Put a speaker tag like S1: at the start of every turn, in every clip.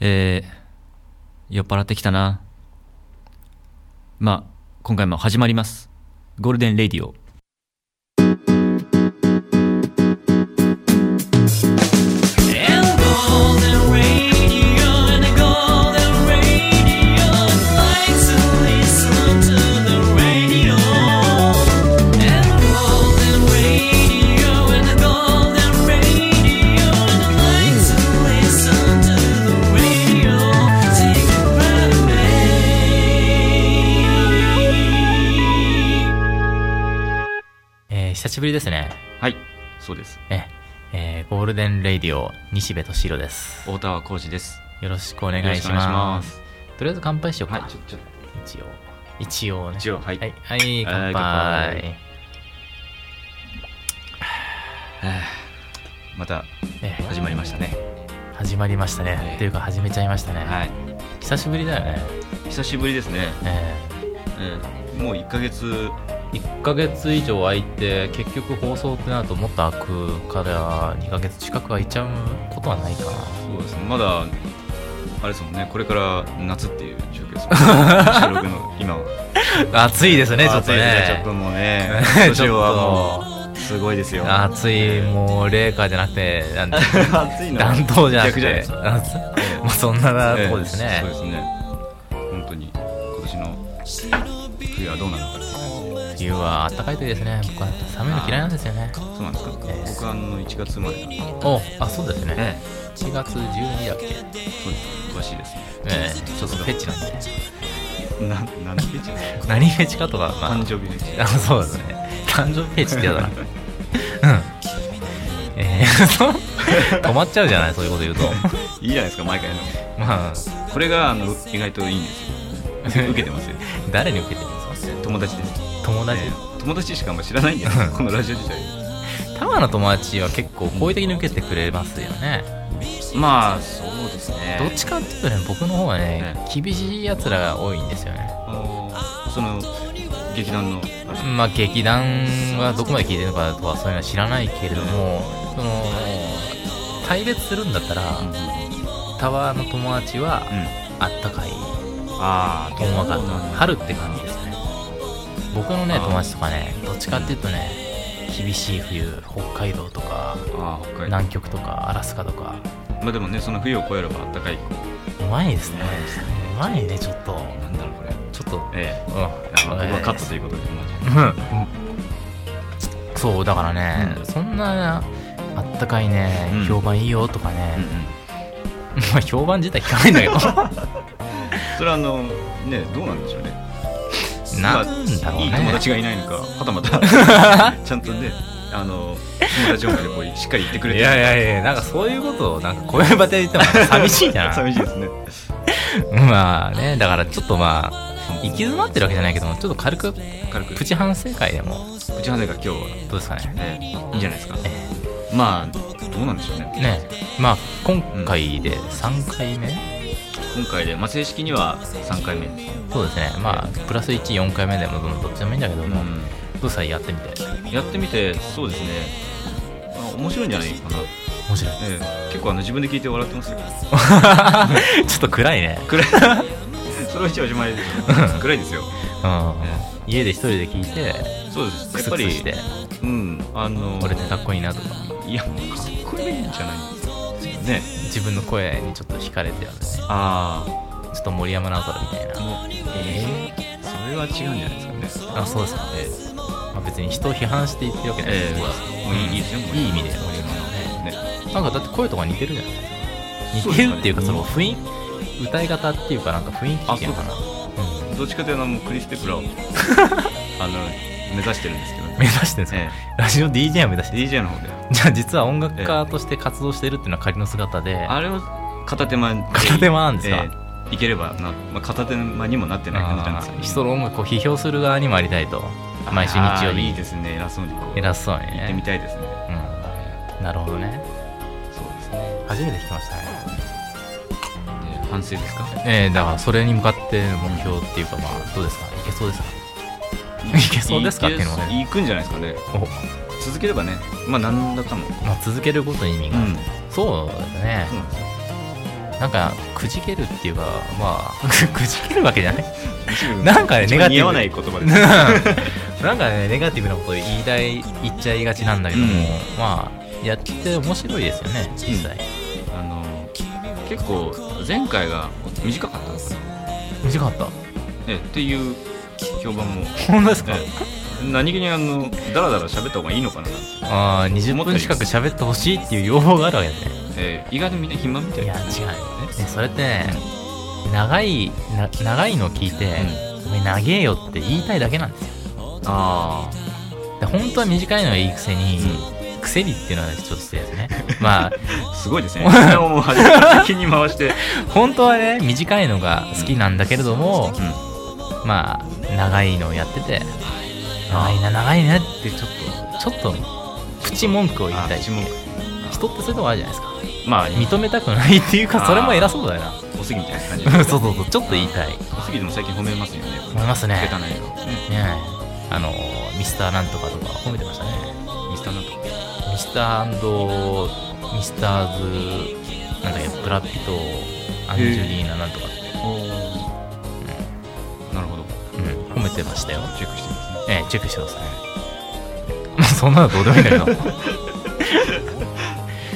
S1: えー酔っ払ってきたな。まあ、今回も始まります。ゴールデンレディオ。
S2: えー久しぶりですね。
S1: はい、そうです。
S2: え、えーゴールデンレイディオ、西部敏郎です。
S1: 大田浩二です。
S2: よろしくお願いします。
S1: よろしくお願いします
S2: とりあえず乾杯しようか。
S1: ょ、ちょ、
S2: 一応。一応ね。
S1: 一応はい
S2: はい、はい乾
S1: はい
S2: 杯。
S1: また
S2: ね
S1: 始まりましたね。
S2: 始まりましたね。
S1: はい
S2: というか、始めちゃいましたね。
S1: はい、
S2: 久しぶりだよね。
S1: 久しぶりですね。
S2: え
S1: うん、もう1ヶ月、
S2: ー、1ヶ月以上空いて、結局放送ってなるともっと空くから、2ヶ月近く空いちゃうことはないかな。
S1: そうですね。まだあれですもんね。これから夏っていう状況ですもんね。収 録の今は。
S2: 暑いですね、 ちょっと
S1: 暑いです
S2: ね。。
S1: ちょっともうね今
S2: ち
S1: 年
S2: ょっ
S1: は
S2: と
S1: もうすごいですよ。
S2: 暑い、もう、冷夏じゃなくて、なんだ
S1: 暑 いの。
S2: 暖冬じゃなく
S1: 逆じゃな
S2: て
S1: いですか。
S2: あそう まあそんなとこです
S1: え
S2: ね
S1: えそうですね。本当に今年の冬はどうなのかっていう感じで。
S2: 冬は暖かいといいですね僕は寒いの嫌いなんですよね
S1: そうなんですか。
S2: ええ
S1: 僕はあの1月生まれなんで。
S2: おあそうですね
S1: ええ
S2: 1月12だっけえ
S1: そうです。詳しいですね。
S2: えちょっとフェチなんで
S1: な何の日じゃない
S2: 何フェチかとかま
S1: 誕生日の日。
S2: ああ そうですね誕生日フェチってや だなうんええ そう止まっちゃうじゃないそういうこと言うと
S1: いいじゃないですか毎回の。
S2: まあ
S1: これがあの意外といいんですよ。 受けてますよ。
S2: 誰に受けてるんですか
S1: 友達です。
S2: 友達
S1: ね友達しかあんま知らないんです よこのラジオ自体
S2: タワーの友達は結構好意的に受けてくれますよね
S1: まあそうですね
S2: どっちかっていうとね僕の方はね
S1: え
S2: 厳しいやつらが多いんですよね
S1: その劇団のあれ
S2: まあ、劇団はどこまで聞いてるのかとはそういうのは知らないけれども、その対別するんだったら、
S1: うんうん
S2: タワーの友達はあったかい
S1: ああ
S2: 友達かった
S1: は
S2: 春って感じですね僕のね
S1: あー
S2: 友達とかねどっちかっていうとね厳しい冬北海道とか
S1: ああ北海道
S2: 南極とかアラスカとか
S1: まあでもねその冬を越えればあったかいこ
S2: うまいですね
S1: うまいですね
S2: うまいねちょっと
S1: うなんだろうこれ
S2: ちょっと
S1: ええ
S2: うん
S1: あまあここはカットということでまあじゃ
S2: うんそうだからね、
S1: うん
S2: そんなあったかいね、
S1: うん
S2: 評判いいよとか
S1: あ
S2: ね
S1: うん、うん
S2: まあ評判自体聞かないん だけど
S1: それはあのねどうなんでしょうね
S2: な
S1: まあ
S2: んだろうね
S1: いい友達がいないのかはたまた ちゃんとねあの友達をでこうしっかり言ってくれて
S2: いやいやいやなんかそういうことをなんか声場で言っても寂しいじゃん
S1: 寂しいですね
S2: まあねだからちょっとまあ行き詰まってるわけじゃないけどもちょっと軽く
S1: 軽く
S2: プチ反省会でも
S1: うちはねが今日は
S2: どうですかね
S1: ええいいんじゃないですか
S2: え
S1: まあどうなんでしょうね
S2: えねえまあ今回で3回目、
S1: 今回で、まあ、正式には3回目ですね、
S2: そうですねまあプラス14回目でもどっちでもいいんだけども、どうさやってみて
S1: やってみてそうですねあ面白いんじゃないかな、
S2: 面白い
S1: ええ結構あの自分で聞いて笑ってますよ
S2: ちょっと暗いね
S1: 暗いそれは一応おしまいです 暗いですよ
S2: うん
S1: え
S2: 家で一人で聞いて
S1: そうです
S2: ク
S1: やっ
S2: ス
S1: ぱ
S2: クス
S1: り
S2: して
S1: うんあの
S2: 俺ってかっこいいなとか
S1: いやかっこいいんじゃないですかね
S2: 自分の声にちょっと惹かれてやるねちょ
S1: あ
S2: っと森山直太朗みたい
S1: あ
S2: な
S1: もうええそれは違うんじゃないですかね
S2: あそうですか、
S1: え
S2: まあ、別に人を批判して言ってるわけない
S1: ええ
S2: 僕は
S1: もういいいいですよもう
S2: いい意味で森山
S1: え
S2: 直
S1: ね
S2: 太朗なんかだって声とか似てるじゃない
S1: そう
S2: 似て
S1: ですかね
S2: るっていうか
S1: うん
S2: その雰囲気歌い方っていうかなんか雰囲気っていうのかなうん
S1: どっちかというとあのクリス・ペプラ をあの目指してるんですけど、
S2: 目指してるんですか、
S1: え
S2: ラジオ DJ を目指して
S1: え、
S2: る
S1: DJ の方で
S2: じゃあ実は音楽家として活動してるっていうのは仮の姿で、
S1: あれを片手間で
S2: 片手間なんですか
S1: ええいければな、まあ、片手間にもなってない感じなんですよ、
S2: あー人の音楽を批評する側にもありたいと毎週日曜
S1: あーいい
S2: 日
S1: ですね偉そうにこう
S2: 偉そうに
S1: 行ってみ
S2: ね、
S1: たいですね
S2: うん、なるほどね
S1: そうですね
S2: 初めて聞きましたね
S1: で反省ですか
S2: ええだからそれに向かって目標っていうかまあどうですかいけそうですかいけそうですか
S1: いけ
S2: っていうのはね
S1: 行くんじゃないですかね
S2: お、
S1: 続ければねまあ何らかの
S2: まあ、続けることに意味
S1: う
S2: がある、
S1: ん
S2: そうですね
S1: そうなんですよ
S2: なんかくじけるっていうか まあくじけるわけじゃないな
S1: なん
S2: かね
S1: 自
S2: ネガティブ
S1: 分に似合わない言 葉です
S2: なんかねネガティブなこと言いたい言っちゃいがちなんだけども、
S3: うん
S2: まあやって面白いですよね実際、
S1: あの結構前回が短かったのかな、
S2: 短かった
S1: ええっていう評判も、
S2: 本当ですか、
S1: ええ何気にあのダラダラ喋った方がいいのかななんて、
S2: ああ20分近く喋ってほしいっていう要望があるわけですね
S1: ええ意外とみんな暇みたい
S2: いや
S1: な
S2: 違うよねそれってね長いな長いのを聞いて、お前長えよって言いたいだけなんですよ
S1: あ
S2: で本当は短いのがいいくせに、くせにっていうのはちょっと失礼ですね まあ
S1: あすご いですねみんなをもう初めから先に回して、
S2: 本当はね短いのが好きなんだけれども、
S1: うん
S2: まあ長いのをやってて長いな長いねってちょっとちょっとプチ文句を言いたい
S1: あ一問
S2: 人ってそういうとこあるじゃないですか
S1: まあ
S2: 認めたくないっていうかそれも偉そうだよな
S1: おすぎみたいな感じ
S2: そうそうそうちょっと言いたいね
S1: おすぎでも最近褒めますよね
S2: 褒めますね
S1: 下手な色ね
S2: えあのミスターなんとかとか褒めてましたね
S1: ミスターなんとか
S2: ミスターミスターズなんだっけブラピとアンジュリーナなんとかって、
S1: なるほど
S2: うん、褒めてましたよ
S1: チェックしてますね
S2: ええ、チェックしてください。まあ、そんなのどうでもいいんだけど。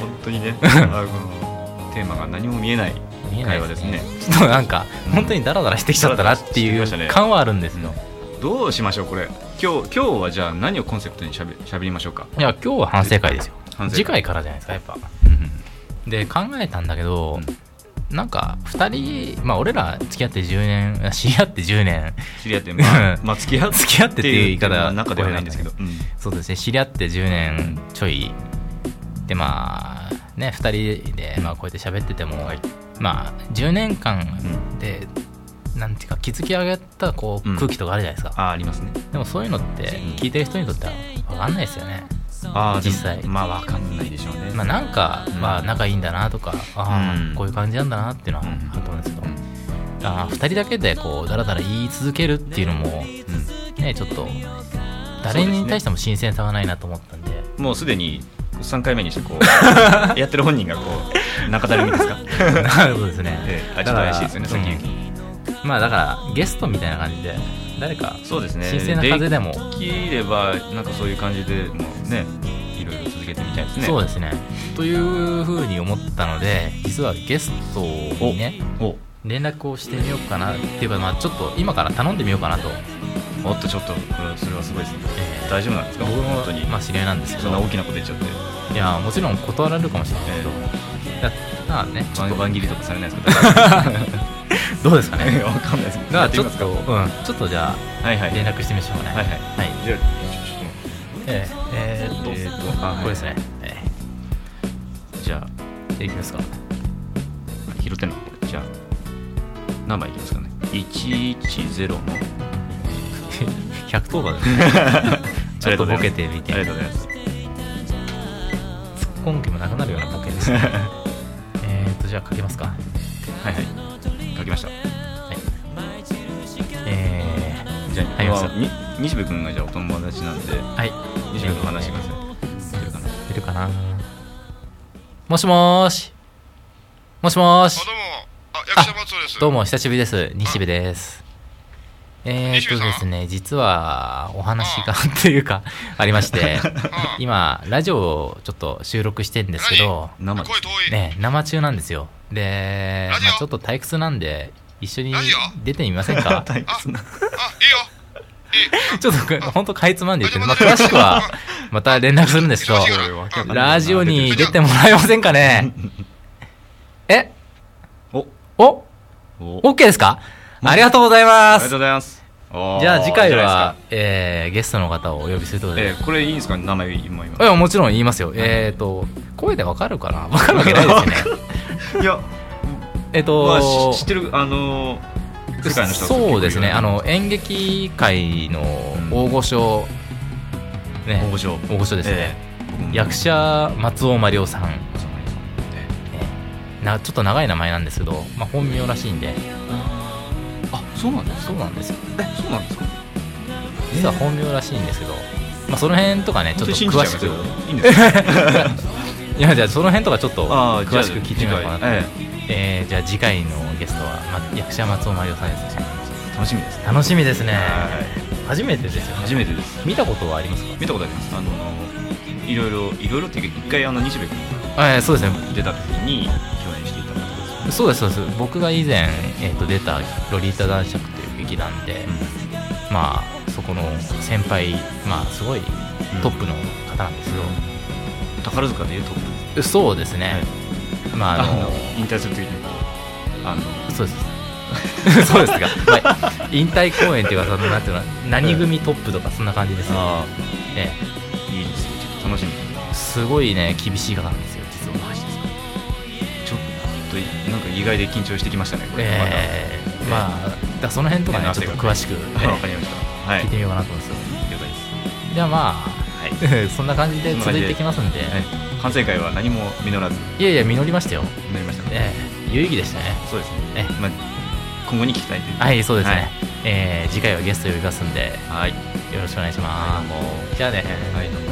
S1: 本当にねあのテーマが何も見えない
S2: 見えない
S1: 会話ですね。
S2: ちょっとなんか
S1: う、ん
S2: 本当にダラダラしてきちゃったなってい
S1: ダラダラしてきましたね
S2: う感はあるんですよ。
S1: どうしましょうこれ今日今日はじゃあ何をコンセプトにしゃべしゃべりましょうか
S2: いや、今日は反省会ですよ。
S1: 反省
S2: 次回からじゃないですか、やっぱ。で、考えたんだけど、なんか、二人、まあ、俺ら付き合って10年、知り合って10年、
S1: 知り 合ってまあ
S2: うん
S1: まあ付き合っ
S2: 付き合ってっていう言い方
S1: の中ではないんですけどうん
S2: そうですね、知り合って10年ちょい。で、まあ、ね、二人で、まあ、こうやって喋ってても、まあ、10年間で、なんていうか、築き上げたこ
S1: うん
S2: う空気とかあるじゃないですか。
S1: あありますね
S2: でもそういうのって
S1: ん
S2: 聞いてる人にとっては分かんないですよね。
S1: ああでも
S2: 実際
S1: まあわかんないでしょうね
S2: まあ、なんか、
S1: うん
S2: まあ仲いいんだなとか、あ
S1: うん
S2: あこういう感じなんだなっていうのは
S1: うん
S2: あると思うんですけど、
S1: うん
S2: ああ2人だけでこうだらだら言い続けるっていうのもねちょっと誰に対しても新鮮さがないなと思ったんで
S1: うんもうすでに3回目にして こうやってる本人がこう中だるみですか
S2: なるほどですね、
S1: ええあちょっと怪しいですよね
S2: だから
S1: 先行き
S2: うんまあだからゲストみたいな感じで誰か
S1: そうですね
S2: 新鮮な風でも
S1: できればなんかそういう感じでもうねいろいろ続けてみたいですね
S2: そうですねというふうに思ったので実はゲストにね
S1: お
S2: 連絡をしてみようかなっていうか、まあ、ちょっと今から頼んでみようかなと、
S1: おっとちょっとこれそれはすごいですね
S2: えー
S1: 大丈夫なんですか
S2: 僕
S1: 本当に
S2: の、まあ、知り合いなんですけ
S1: そ
S2: ど
S1: んな大きなこと言っちゃって
S2: いやもちろん断られるかもしれないけど、だまあねちょっ
S1: 番
S2: と
S1: 番切りとかされないですか
S2: どうですかね
S1: えわかんないですけど
S2: だから
S1: や
S2: ち
S1: てみ
S2: ょ
S1: ま
S2: っ
S1: す
S2: と、うん、ちょっとじゃ
S1: はいは
S2: あ
S1: い
S2: 連絡してみましょうね
S1: はいはい
S2: はい
S1: じゃあ
S2: えーえーっと、
S1: えーっとあはい
S2: これですね、え
S1: じゃ
S2: ーいきますか
S1: あ拾ってんのじゃあ何番いきますかね110の
S2: 110番ですね ちょっとボケてみて
S1: ありがとうございます
S2: 突っ込む気もなくなるようなボケですねえーっとじゃあかけますか
S1: はいはい書きました
S2: え
S1: じゃ
S2: はい
S1: あに西部君がじゃあお友達なんで
S2: ー、はい
S1: 西部君話してください出るかな
S2: 出るかなもしもーしもしもーし
S4: あ、どうも。あ、役者松尾です。
S2: どうも、久しぶりです。西部です。えー、っ
S4: 西部
S2: と
S4: さん
S2: ですね、実は、お話が、という か、ありまして、
S4: うん。
S2: 今、ラジオをちょっと収録してるんですけど、
S1: 生
S4: 声遠い。
S2: ね、生中なんですよ。で、
S4: ラジオ
S2: まあ、ちょっと退屈なんで、一緒に
S4: ラジ
S2: 出てみません か
S1: 退屈な
S4: あ、いいよ。いい。
S2: ちょっと、ほんとかいつまんで言ってる。まあ、
S4: ラジオ
S2: 詳しくは、また連絡するんですけど
S4: ラ、ジオ
S1: おいわけわかんない
S2: ラジオに出てもらえませんか ねえ
S1: お
S2: お
S1: お
S2: ?OK ですかありがとうござい
S1: あ
S2: ま
S1: りが
S2: す
S1: とうございます。
S2: じゃあ次回は
S1: じゃないで、
S2: えーゲストの方をお呼びするということで。
S1: すか。えーこれいいんですか名前今
S2: い
S1: 今。
S2: やもちろん言いますよ。えっ、と、声でわかるかなわ かるわけないですよね。
S1: いや、
S2: えっと、
S1: まあ、し知ってる、あのー、世界の人
S2: そうですね。あの、
S1: え
S2: 演劇界の大御所、ね、
S1: 大御所
S2: 大御所ですね。
S1: え
S2: 役者、松尾まりおさん、ね
S1: 者
S2: な。ちょっと長い名前なんですけど、まあ、本名らしいんで、
S1: あ、そうなんです
S2: そうなんですよ。
S1: え、そうなんですか
S2: 実は本名らしいんですけど、まあ、その辺とかね、ちょっと詳しく。
S1: いいんですか
S2: いいやじゃあその辺とかちょっと
S1: あーじゃ
S2: 詳
S1: あ
S2: しく聞いてみようかなと
S1: 次回
S2: えーじゃあ次回のゲストは、ま、役者松尾まりおさんです
S1: 楽しみですね
S2: 楽しみですね
S1: は
S2: 初めてですよ
S1: い
S2: ね
S1: 初めてです
S2: 見たことはありますか
S1: 見たことありますあのいろいろいろいろっていうか一回あの西部君
S2: えそうですね
S1: が出た時に共演していただいたんです
S2: そうですそうです僕が以前、えー、と出た「ロリータ男爵」という劇団で、まあそこの先輩まあすごいトップの方なんですけど、
S1: 宝塚でいうトップです
S2: そうですね、まああの
S1: 引退する時にこうあの
S2: そうですそうですか、 まあ、引退公演っていうかそのなんていうの何組トップとかそんな感じですね、
S1: あ
S2: え
S1: あいいですねちょっと楽しみ
S2: えすごいね厳しい方なんですよ実はマジです
S1: ちょっとなんか意外で緊張してきましたねこれ、
S2: ええまあだからその辺とかね
S1: ええ
S2: ちょっと詳しく、
S1: まだ わかりましたは
S2: ええ
S1: い
S2: 聞いてみようかなと思うんですよ
S1: 了解です
S2: じゃあまあそんな感じで
S1: そん
S2: 続
S1: な感じで
S2: いていきますんで
S1: はい、反省会は何も実らず
S2: いやいや実りましたよ
S1: になりましたね、
S2: ええ有意義でしたね
S1: そうですね、
S2: ええ
S1: まあ、今後に聞きたいという
S2: はいそうですね、
S1: はい
S2: ええ次回はゲストを呼びますんで
S1: はい
S2: よろしくお願いします、じゃあね、
S1: はいどうも